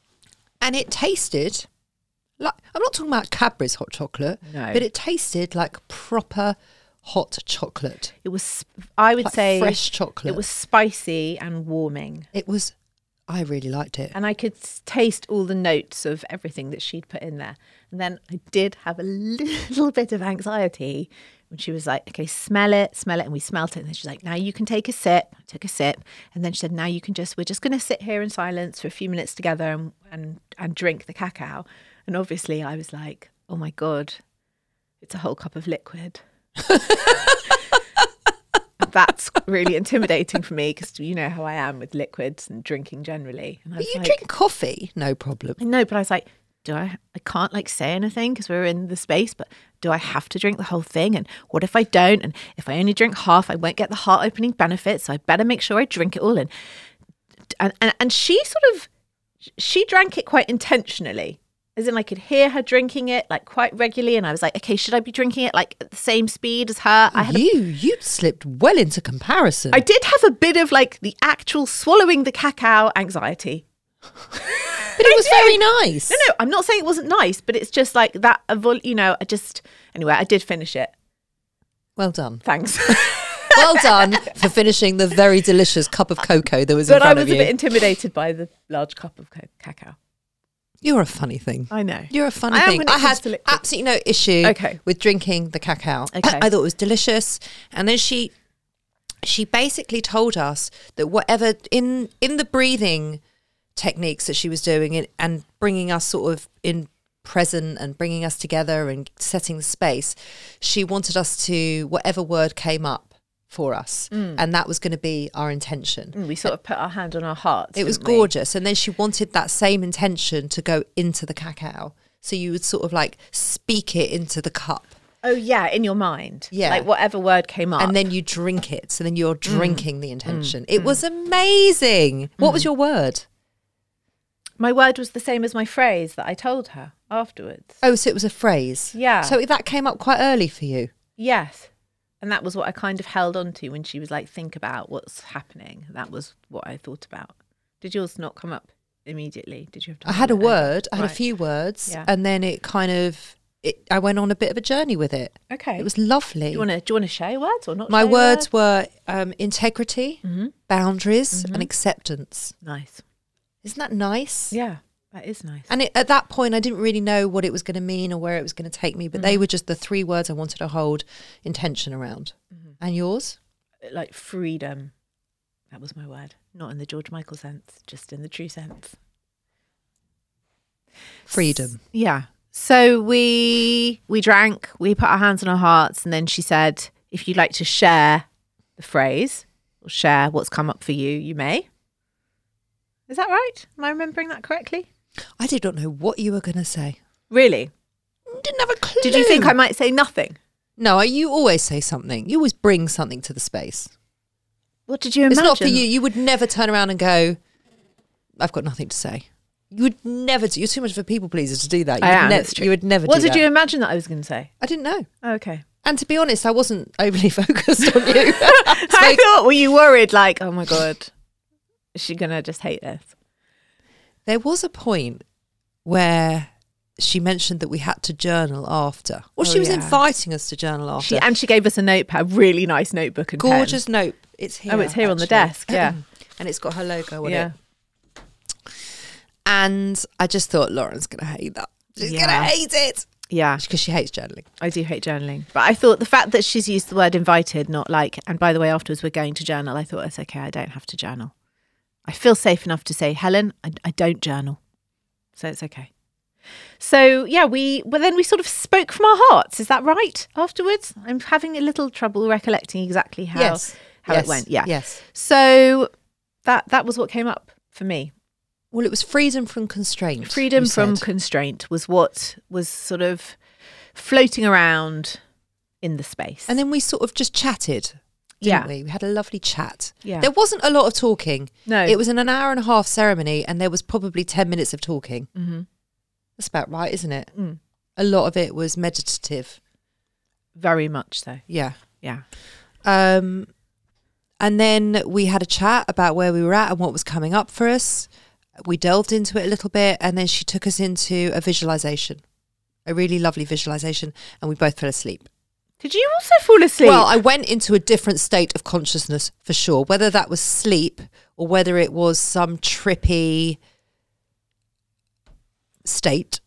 Speaker 1: and it tasted like I'm not talking about Cadbury's hot chocolate,
Speaker 2: No.
Speaker 1: but it tasted like proper hot chocolate.
Speaker 2: It was. sp- I would
Speaker 1: Like
Speaker 2: say
Speaker 1: fresh chocolate.
Speaker 2: It was spicy and warming,
Speaker 1: It was, I really liked it.
Speaker 2: and I could s- taste all the notes of everything that she'd put in there. And then I did have a little bit of anxiety when she was like, "Okay, smell it, smell it," and we smelt it. And then she's like, "Now you can take a sip." I took a sip, and then she said, "Now you can just we're just going to sit here in silence for a few minutes together and and and drink the cacao." And obviously, I was like, "Oh my god, it's a whole cup of liquid." that's really intimidating for me because you know how I am with liquids and drinking generally. And I
Speaker 1: But
Speaker 2: was
Speaker 1: you
Speaker 2: like,
Speaker 1: drink coffee, no problem.
Speaker 2: I know, but I was like, do I? I can't like say anything because we're in the space. But do I have to drink the whole thing? And what if I don't? And if I only drink half, I won't get the heart opening benefit. So I better make sure I drink it all. And and and, and she sort of she drank it quite intentionally. As in, I could hear her drinking it like quite regularly, and I was like, "Okay, should I be drinking it like at the same speed as her?" I had a
Speaker 1: you, you slipped well into comparison.
Speaker 2: I did have a bit of like the actual swallowing the cacao anxiety.
Speaker 1: but it was very nice.
Speaker 2: No, no, I'm not saying it wasn't nice, but it's just like that. evol- You know, I just anyway, I did finish it.
Speaker 1: Well done.
Speaker 2: Thanks,
Speaker 1: Well done for finishing the very delicious cup of cocoa that was in
Speaker 2: but I
Speaker 1: front
Speaker 2: was
Speaker 1: of
Speaker 2: a
Speaker 1: you.
Speaker 2: bit intimidated by the large cup of ca- cacao.
Speaker 1: You're a funny thing.
Speaker 2: I know.
Speaker 1: You're a funny
Speaker 2: I am
Speaker 1: thing.
Speaker 2: when it
Speaker 1: I
Speaker 2: comes
Speaker 1: had
Speaker 2: to liquids.
Speaker 1: absolutely no issue
Speaker 2: Okay.
Speaker 1: with drinking the cacao.
Speaker 2: Okay.
Speaker 1: I thought it was delicious. And then she she basically told us that whatever in in the breathing techniques that she was doing and, and bringing us sort of in present and bringing us together and setting the space, she wanted us to whatever word came up for us. And that was going to be our intention.
Speaker 2: Mm, we sort of put our hand on our hearts.
Speaker 1: It was
Speaker 2: didn't we?
Speaker 1: gorgeous. And then she wanted that same intention to go into the cacao. So you would sort of like speak it into the cup
Speaker 2: Oh yeah, in your mind.
Speaker 1: Yeah.
Speaker 2: like whatever word came up.
Speaker 1: and then you drink it. So then
Speaker 2: Mm.
Speaker 1: you're drinking the intention. It was amazing. What
Speaker 2: Mm.
Speaker 1: was your word?
Speaker 2: my word was the same as my phrase that I told her afterwards.
Speaker 1: Oh, so it was a phrase.
Speaker 2: Yeah.
Speaker 1: So that came up quite early for you.
Speaker 2: Yes. And that was what I kind of held on to when she was like, think about what's happening. That was what I thought about. Did yours not come up? immediately? Did you have to?
Speaker 1: I had a
Speaker 2: mull it over?
Speaker 1: word, I had a
Speaker 4: Mm.
Speaker 2: Right.
Speaker 1: few words,
Speaker 2: Yeah.
Speaker 1: and then it kind of, it, I went on a bit of a journey with it.
Speaker 2: Okay.
Speaker 1: It was lovely.
Speaker 2: Do you want to do you want to share your words or not?
Speaker 1: My
Speaker 2: share Mm-hmm. your
Speaker 1: words were um, integrity, boundaries,
Speaker 4: Mm-hmm.
Speaker 1: and acceptance.
Speaker 2: Nice.
Speaker 1: Isn't that nice?
Speaker 2: Yeah, that is nice.
Speaker 1: And it, at that point, I didn't really know what it was going to mean or where it was going to take me, but
Speaker 2: Mm-hmm.
Speaker 1: they were just the three words I wanted to hold intention around. And yours?
Speaker 2: Mm-hmm. Uh, like freedom. That was my word. Not in the George Michael sense, just in the true sense.
Speaker 1: Freedom.
Speaker 2: Yeah. So we we drank, we put our hands on our hearts, and then she said, if you'd like to share the phrase or share what's come up for you, you may. Is that right? Am I remembering that correctly?
Speaker 1: I did not know what you were going to say.
Speaker 2: Really?
Speaker 1: Didn't have a clue.
Speaker 2: Did you think I might say nothing?
Speaker 1: No, you always say something. You always bring something to the space.
Speaker 2: What did you imagine?
Speaker 1: It's not for you. You would never turn around and go, I've got nothing to say. You would never do. You're too much of a people pleaser to do that. You
Speaker 2: I
Speaker 1: would
Speaker 2: am.
Speaker 1: ne-
Speaker 2: it's true.
Speaker 1: You would never
Speaker 2: What
Speaker 1: do
Speaker 2: did
Speaker 1: that.
Speaker 2: you imagine that I was going to say?
Speaker 1: I didn't know.
Speaker 2: Oh, okay.
Speaker 1: And to be honest, I wasn't overly focused on you. It's
Speaker 2: I
Speaker 1: like,
Speaker 2: thought, were you worried? Like, oh my god, is she gonna just hate this?
Speaker 1: there was a point where she mentioned that we had to journal after. Well,
Speaker 2: Oh,
Speaker 1: she was
Speaker 2: yeah.
Speaker 1: inviting us to journal after.
Speaker 2: She and she gave us a notepad, really nice notebook and pen.
Speaker 1: Gorgeous note. It's here.
Speaker 2: Oh, it's here on the desk, yeah. Oh,
Speaker 1: and it's got her logo on
Speaker 2: Yeah,
Speaker 1: it. And I just thought Lauren's going to hate that. She's going
Speaker 2: Yeah.
Speaker 1: to hate it
Speaker 2: yeah.
Speaker 1: because she hates journaling.
Speaker 2: I do hate journaling, but I thought the fact that she's used the word invited, not like. And by the way, afterwards we're going to journal. I thought it's okay. I don't have to journal. I feel safe enough to say, Helen, I, I don't journal, so it's okay. So yeah, we well then we sort of spoke from our hearts. Is that right? Afterwards, I'm having a little trouble recollecting exactly how
Speaker 1: Yes.
Speaker 2: how
Speaker 1: Yes.
Speaker 2: it went. Yeah.
Speaker 1: Yes.
Speaker 2: So that that was what came up for me.
Speaker 1: Well, it was freedom from constraint.
Speaker 2: Freedom
Speaker 1: you
Speaker 2: from
Speaker 1: said.
Speaker 2: constraint was what was sort of floating around in the space.
Speaker 1: and then we sort of just chatted, didn't
Speaker 2: Yeah.
Speaker 1: we? We had a lovely chat.
Speaker 2: Yeah.
Speaker 1: There wasn't a lot of talking.
Speaker 2: No.
Speaker 1: It was an, an hour and a half ceremony, and there was probably 10 minutes of talking. Mm-hmm. That's about right, isn't it?
Speaker 2: Mm.
Speaker 1: A lot of it was meditative.
Speaker 2: very much so.
Speaker 1: Yeah.
Speaker 2: Yeah.
Speaker 1: Um, and then we had a chat about where we were at and what was coming up for us. We delved into it a little bit, and then she took us into a visualization, a really lovely visualization, and we both fell asleep.
Speaker 2: Did you also fall asleep?
Speaker 1: Well, I went into a different state of consciousness for sure, whether that was sleep or whether it was some trippy state.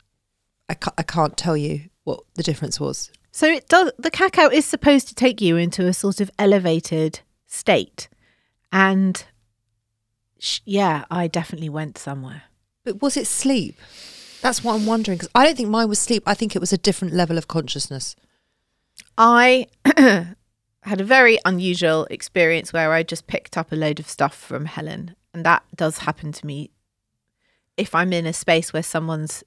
Speaker 1: I, ca- I can't tell you what the difference was.
Speaker 2: so it does. The cacao is supposed to take you into a sort of elevated state, and sh- yeah, I definitely went somewhere.
Speaker 1: But was it sleep? That's what I'm wondering because I don't think mine was sleep. I think it was a different level of consciousness.
Speaker 2: I had a very unusual experience where I just picked up a load of stuff from Helen, and that does happen to me if I'm in a space where someone's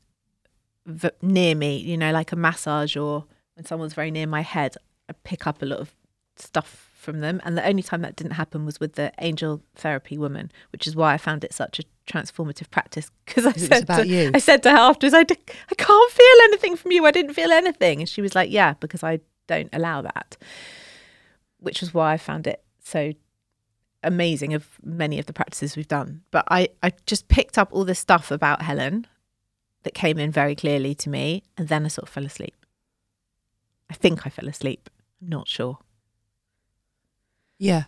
Speaker 2: v- near me, you know, like a massage or when someone's very near my head, I pick up a lot of stuff from them. And the only time that didn't happen was with the angel therapy woman, which is why I found it such a transformative practice. Because I
Speaker 1: Because it was
Speaker 2: said
Speaker 1: about
Speaker 2: to,
Speaker 1: you.
Speaker 2: I said to her afterwards, I, d- I can't feel anything from you. I didn't feel anything. And she was like, Yeah, because I don't allow that, which was why I found it so amazing of many of the practices we've done. But I, I just picked up all this stuff about Helen that came in very clearly to me. And then I sort of fell asleep. I think I fell asleep. I'm not sure.
Speaker 1: Yeah.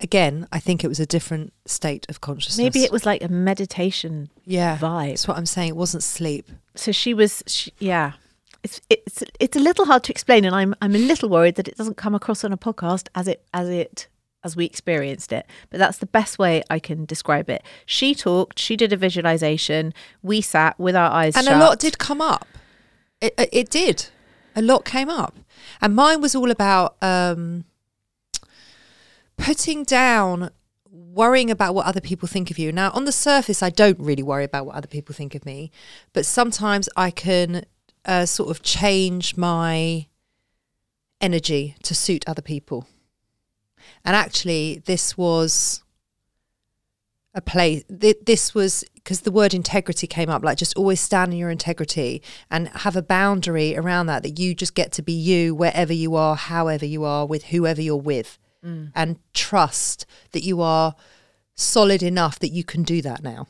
Speaker 1: Again, I think it was a different state of consciousness.
Speaker 2: Maybe it was like a meditation.
Speaker 1: yeah
Speaker 2: vibe.
Speaker 1: That's what I'm saying. It wasn't sleep.
Speaker 2: So she was, she, yeah. It's, it's it's a little hard to explain, and I'm I'm a little worried that it doesn't come across on a podcast as it as it as we experienced it. But that's the best way I can describe it. She talked, she did a visualization, we sat with our eyes
Speaker 1: and
Speaker 2: shut.
Speaker 1: a lot did come up. It, it, it did. A lot came up, and mine was all about um, putting down worrying about what other people think of you. Now, on the surface, I don't really worry about what other people think of me, but sometimes I can uh, sort of change my energy to suit other people. And actually, this was a place. Th- this was because the word integrity came up, like just always stand in your integrity and have a boundary around that, that you just get to be you wherever you are, however you are, with whoever you're with, and trust that you are solid enough that you can do that now.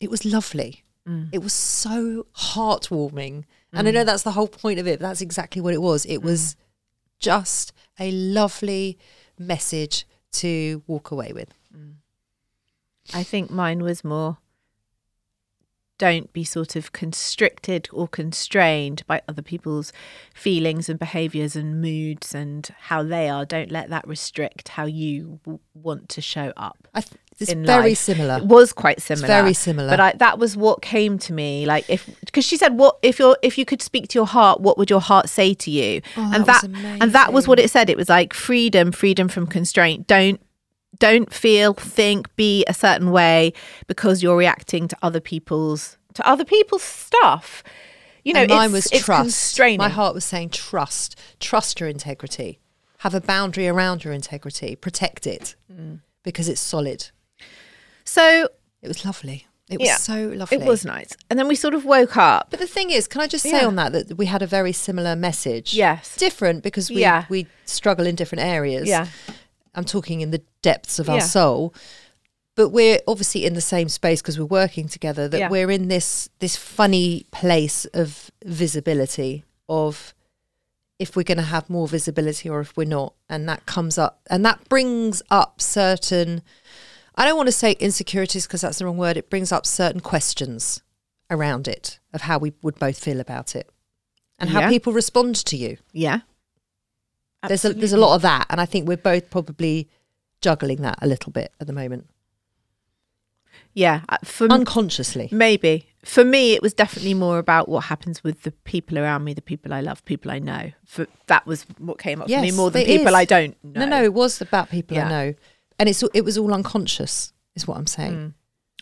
Speaker 7: It was lovely. It was so heartwarming. And I know that's the whole point of it. But that's exactly what it was. It was just a lovely message to walk away with.
Speaker 2: I think mine was more don't be sort of constricted or constrained by other people's feelings and behaviors and moods and how they are. Don't let that restrict how you w- want to show up.
Speaker 7: I th- it's
Speaker 2: in
Speaker 7: very
Speaker 2: life.
Speaker 7: similar.
Speaker 2: It was quite similar.
Speaker 7: very similar.
Speaker 2: But I, that was what came to me. Like if because she said, "What if your if you could speak to your heart? What would your heart say to you?"
Speaker 7: Oh,
Speaker 2: and
Speaker 7: that was
Speaker 2: and that was
Speaker 7: amazing.
Speaker 2: what it said. It was like freedom, freedom from constraint. Don't don't feel, think, be a certain way because you're reacting to other people's to other people's stuff. You know,
Speaker 7: and mine
Speaker 2: it's,
Speaker 7: was
Speaker 2: it's
Speaker 7: trust.
Speaker 2: constraining.
Speaker 7: My heart was saying trust. Trust your integrity. Have a boundary around your integrity. Protect it
Speaker 2: Mm.
Speaker 7: because it's solid.
Speaker 2: So
Speaker 7: It was lovely. It was
Speaker 2: yeah,
Speaker 7: so lovely.
Speaker 2: It was nice. And then we sort of woke up.
Speaker 7: But the thing is, can I just say
Speaker 2: Yeah.
Speaker 7: on that that we had a very similar message?
Speaker 2: Yes.
Speaker 7: Different because we
Speaker 2: Yeah.
Speaker 7: we struggle in different areas.
Speaker 2: Yeah.
Speaker 7: I'm talking in the depths of our
Speaker 2: Yeah.
Speaker 7: soul. But we're obviously in the same space because we're working together that
Speaker 2: Yeah.
Speaker 7: we're in this this funny place of visibility of if we're going to have more visibility or if we're not and that comes up and that brings up certain I don't want to say insecurities because that's the wrong word. It brings up certain questions around it of how we would both feel about it and how
Speaker 2: Yeah.
Speaker 7: people respond to you.
Speaker 2: Yeah.
Speaker 7: There's a, there's a lot of that, and I think we're both probably juggling that a little bit at the moment,
Speaker 2: Yeah. Uh,
Speaker 7: Um,
Speaker 2: For m-
Speaker 7: unconsciously.
Speaker 2: Maybe. For me, it was definitely more about what happens with the people around me, the people I love, people I know. For that was what came up for me more than
Speaker 7: it is.
Speaker 2: people I don't know.
Speaker 7: No, no, it was about people I
Speaker 2: Yeah.
Speaker 7: know, and it's all- it was all unconscious, is what I'm saying.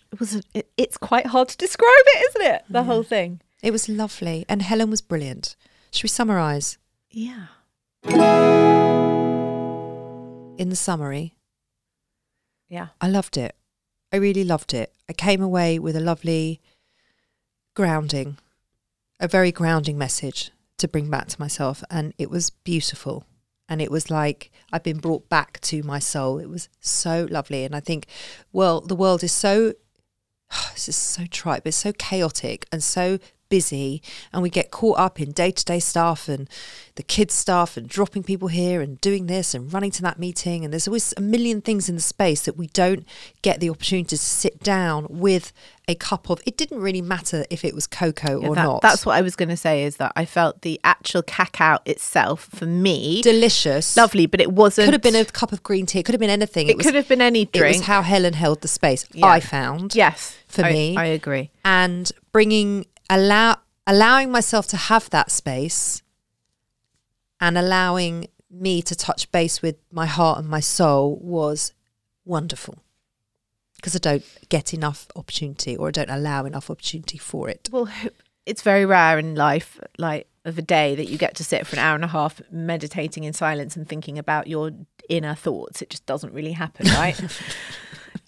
Speaker 2: Hmm. It was. It, it's quite hard to describe it, isn't it? The whole thing.
Speaker 7: It was lovely, and Helen was brilliant. Should we summarise?
Speaker 2: Yeah.
Speaker 7: in the summary,
Speaker 2: Yeah.
Speaker 7: I loved it. I really loved it. I came away with a lovely grounding, a very grounding message to bring back to myself. And it was beautiful. And it was like I've been brought back to my soul. It was so lovely. And I think, well, the world is so, this is so trite, but it's so chaotic and so busy. And we get caught up in day to day stuff and the kids' stuff and dropping people here and doing this and running to that meeting. And there's always a million things in the space that we don't get the opportunity to sit down with a cup of. It didn't really matter if it was cocoa
Speaker 2: Yeah,
Speaker 7: or
Speaker 2: that-
Speaker 7: not.
Speaker 2: That's what I was going to say. Is that I felt the actual cacao itself for me
Speaker 7: delicious.
Speaker 2: lovely, but it wasn't.
Speaker 7: Could have been a cup of green tea. It could have been anything.
Speaker 2: It
Speaker 7: was-
Speaker 2: could have been any
Speaker 7: It was
Speaker 2: drink.
Speaker 7: how Helen held the space.
Speaker 2: Yeah.
Speaker 7: I found
Speaker 2: yes
Speaker 7: for
Speaker 2: I-
Speaker 7: me.
Speaker 2: I agree.
Speaker 7: and bringing allow allowing myself to have that space and allowing me to touch base with my heart and my soul was wonderful because I don't get enough opportunity or I don't allow enough opportunity for it.
Speaker 2: Well, who- it's very rare in life, like of a day, that you get to sit for an hour and a half meditating in silence and thinking about your inner thoughts. It just doesn't really happen, right?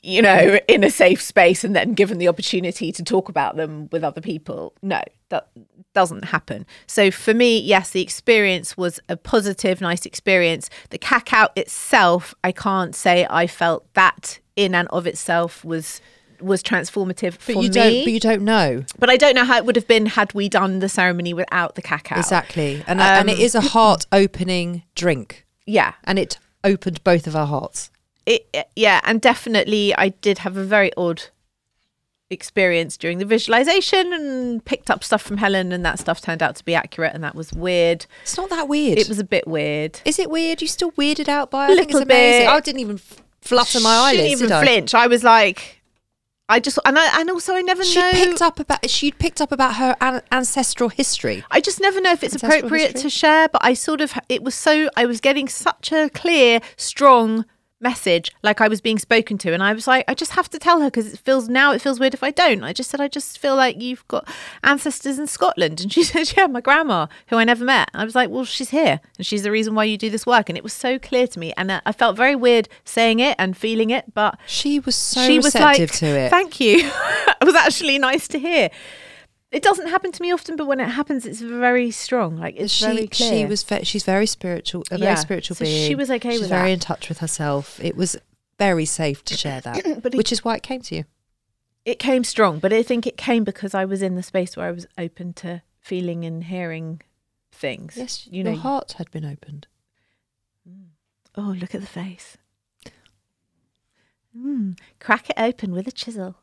Speaker 2: you know, in a safe space and then given the opportunity to talk about them with other people. No, that doesn't happen. So for me, yes, the experience was a positive, nice experience. The cacao itself, I can't say I felt that in and of itself was was transformative
Speaker 7: But
Speaker 2: for
Speaker 7: you
Speaker 2: me.
Speaker 7: don't. But you don't know
Speaker 2: But I don't know how it would have been had we done the ceremony without the cacao.
Speaker 7: exactly, and I- and
Speaker 2: Um,
Speaker 7: it is a heart opening drink,
Speaker 2: Yeah.
Speaker 7: and it opened both of our hearts.
Speaker 2: It, it- yeah, and definitely I did have a very odd experience during the visualization and picked up stuff from Helen and that stuff turned out to be accurate and that was weird.
Speaker 7: It's not that weird.
Speaker 2: It was a bit weird.
Speaker 7: Is it weird? You still weirded out by? it? I think it's
Speaker 2: Little
Speaker 7: amazing.
Speaker 2: bit.
Speaker 7: I didn't even f- flutter my eyelids.
Speaker 2: Shouldn't even
Speaker 7: did I?
Speaker 2: flinch. I was like I just and I and also I never
Speaker 7: She
Speaker 2: know
Speaker 7: picked up about she'd picked up about her an- ancestral history.
Speaker 2: I just never know if it's
Speaker 7: Ancestral
Speaker 2: appropriate
Speaker 7: history?
Speaker 2: to share, but I sort of, it was so, I was getting such a clear, strong message, like I was being spoken to. And I was like, I just have to tell her because it feels, now it feels weird if I don't. I just said, I just feel like you've got ancestors in Scotland. And she said, Yeah, my grandma, who I never met. I was like, Well, she's here and she's the reason why you do this work. And it was so clear to me. And uh, I felt very weird saying it and feeling it, but
Speaker 7: She was so
Speaker 2: she was
Speaker 7: receptive
Speaker 2: like,
Speaker 7: to it.
Speaker 2: Thank you. it was actually nice to hear. It doesn't happen to me often, but when it happens, it's very strong. Like it's
Speaker 7: she
Speaker 2: very clear.
Speaker 7: she was ve- she's very spiritual, a very
Speaker 2: Yeah,
Speaker 7: spiritual
Speaker 2: so
Speaker 7: being.
Speaker 2: she was okay
Speaker 7: she's
Speaker 2: with
Speaker 7: very
Speaker 2: that.
Speaker 7: in touch with herself. It was very safe to share that,
Speaker 2: But it-
Speaker 7: which is why it came to you.
Speaker 2: It came strong, but I think it came because I was in the space where I was open to feeling and hearing things.
Speaker 7: Yes,
Speaker 2: you
Speaker 7: your
Speaker 2: know.
Speaker 7: heart had been opened.
Speaker 2: Oh, look at the face. Mm, crack it open with a chisel.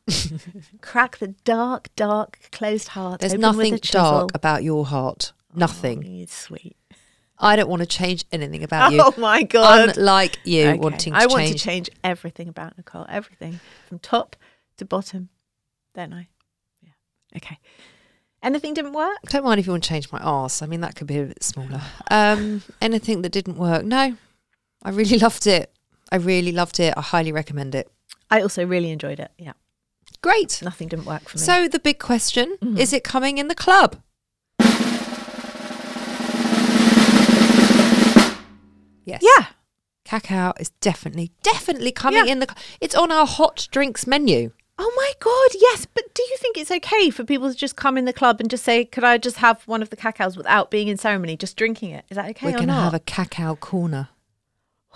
Speaker 2: crack the dark, dark closed heart.
Speaker 7: There's
Speaker 2: open
Speaker 7: nothing
Speaker 2: with a chisel.
Speaker 7: dark about your heart. Nothing.
Speaker 2: Oh, it's sweet.
Speaker 7: I don't want to change anything about you.
Speaker 2: Oh my god!
Speaker 7: Unlike you
Speaker 2: Okay.
Speaker 7: wanting to
Speaker 2: I
Speaker 7: change.
Speaker 2: want to change everything about Nicole. Everything from top to bottom. Don't I? Yeah. Okay. Anything didn't work?
Speaker 7: Don't mind if you want to change my arse. I mean, that could be a bit smaller. Um, anything that didn't work? No, I really loved it. I really loved it. I highly recommend it.
Speaker 2: I also really enjoyed it. Yeah.
Speaker 7: Great.
Speaker 2: Nothing didn't work for me. Mm-hmm.
Speaker 7: So the big question is: It coming in the club? Yes.
Speaker 2: yeah.
Speaker 7: Cacao is definitely, definitely coming
Speaker 2: Yeah.
Speaker 7: in the. cl- It's on our hot drinks menu.
Speaker 2: Oh my god, yes. But do you think it's okay for people to just come in the club and just say, "Could I just have one of the cacaos without being in ceremony, just drinking it? Is that okay
Speaker 7: We're
Speaker 2: or
Speaker 7: going to
Speaker 2: not?
Speaker 7: have a cacao corner.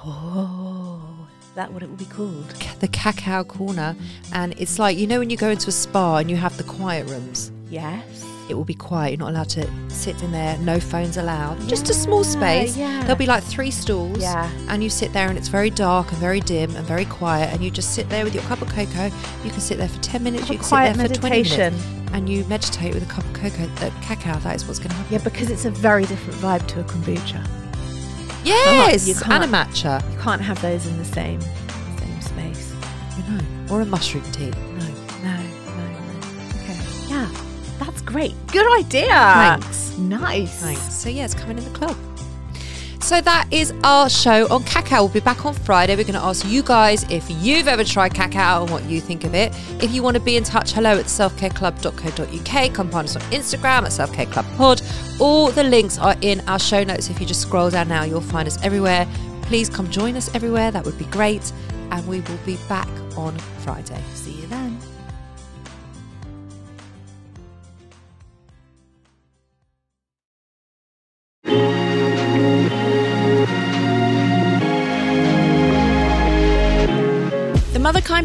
Speaker 2: oh, is that what it will be called?
Speaker 7: C- The cacao corner, and it's like you know when you go into a spa and you have the quiet rooms.
Speaker 2: Yes.
Speaker 7: It will be quiet. You're not allowed to sit in there. No phones allowed. Just a small space.
Speaker 2: yeah.
Speaker 7: There'll be like three stools.
Speaker 2: Yeah.
Speaker 7: And you sit there, and it's very dark and very dim and very quiet. And you just sit there with your cup of cocoa. You can sit there for ten minutes.
Speaker 2: Have a
Speaker 7: you can
Speaker 2: quiet
Speaker 7: sit there for twenty
Speaker 2: meditation.
Speaker 7: minutes. And you meditate with a cup of cocoa, uh, cacao. That is what's going to happen.
Speaker 2: Yeah, because it's a very different vibe to a kombucha.
Speaker 7: Yes.
Speaker 2: You can't.
Speaker 7: And a matcha.
Speaker 2: You can't have those in the same same space.
Speaker 7: You know. Or a mushroom tea. No.
Speaker 2: No, no, no. Okay. Yeah. That's great. Good idea. Thanks. Nice.
Speaker 7: Thanks. So yeah, it's coming in the club. So that is our show on cacao. We'll be back on Friday. We're going to ask you guys if you've ever tried cacao and what you think of it. If you want to be in touch, hello at selfcareclub.co.uk. Come find us on Instagram at selfcareclubpod. All the links are in our show notes. If you just scroll down now, you'll find us everywhere. Please come join us everywhere. That would be great. And we will be back on Friday. See you then.
Speaker 5: The Motherkind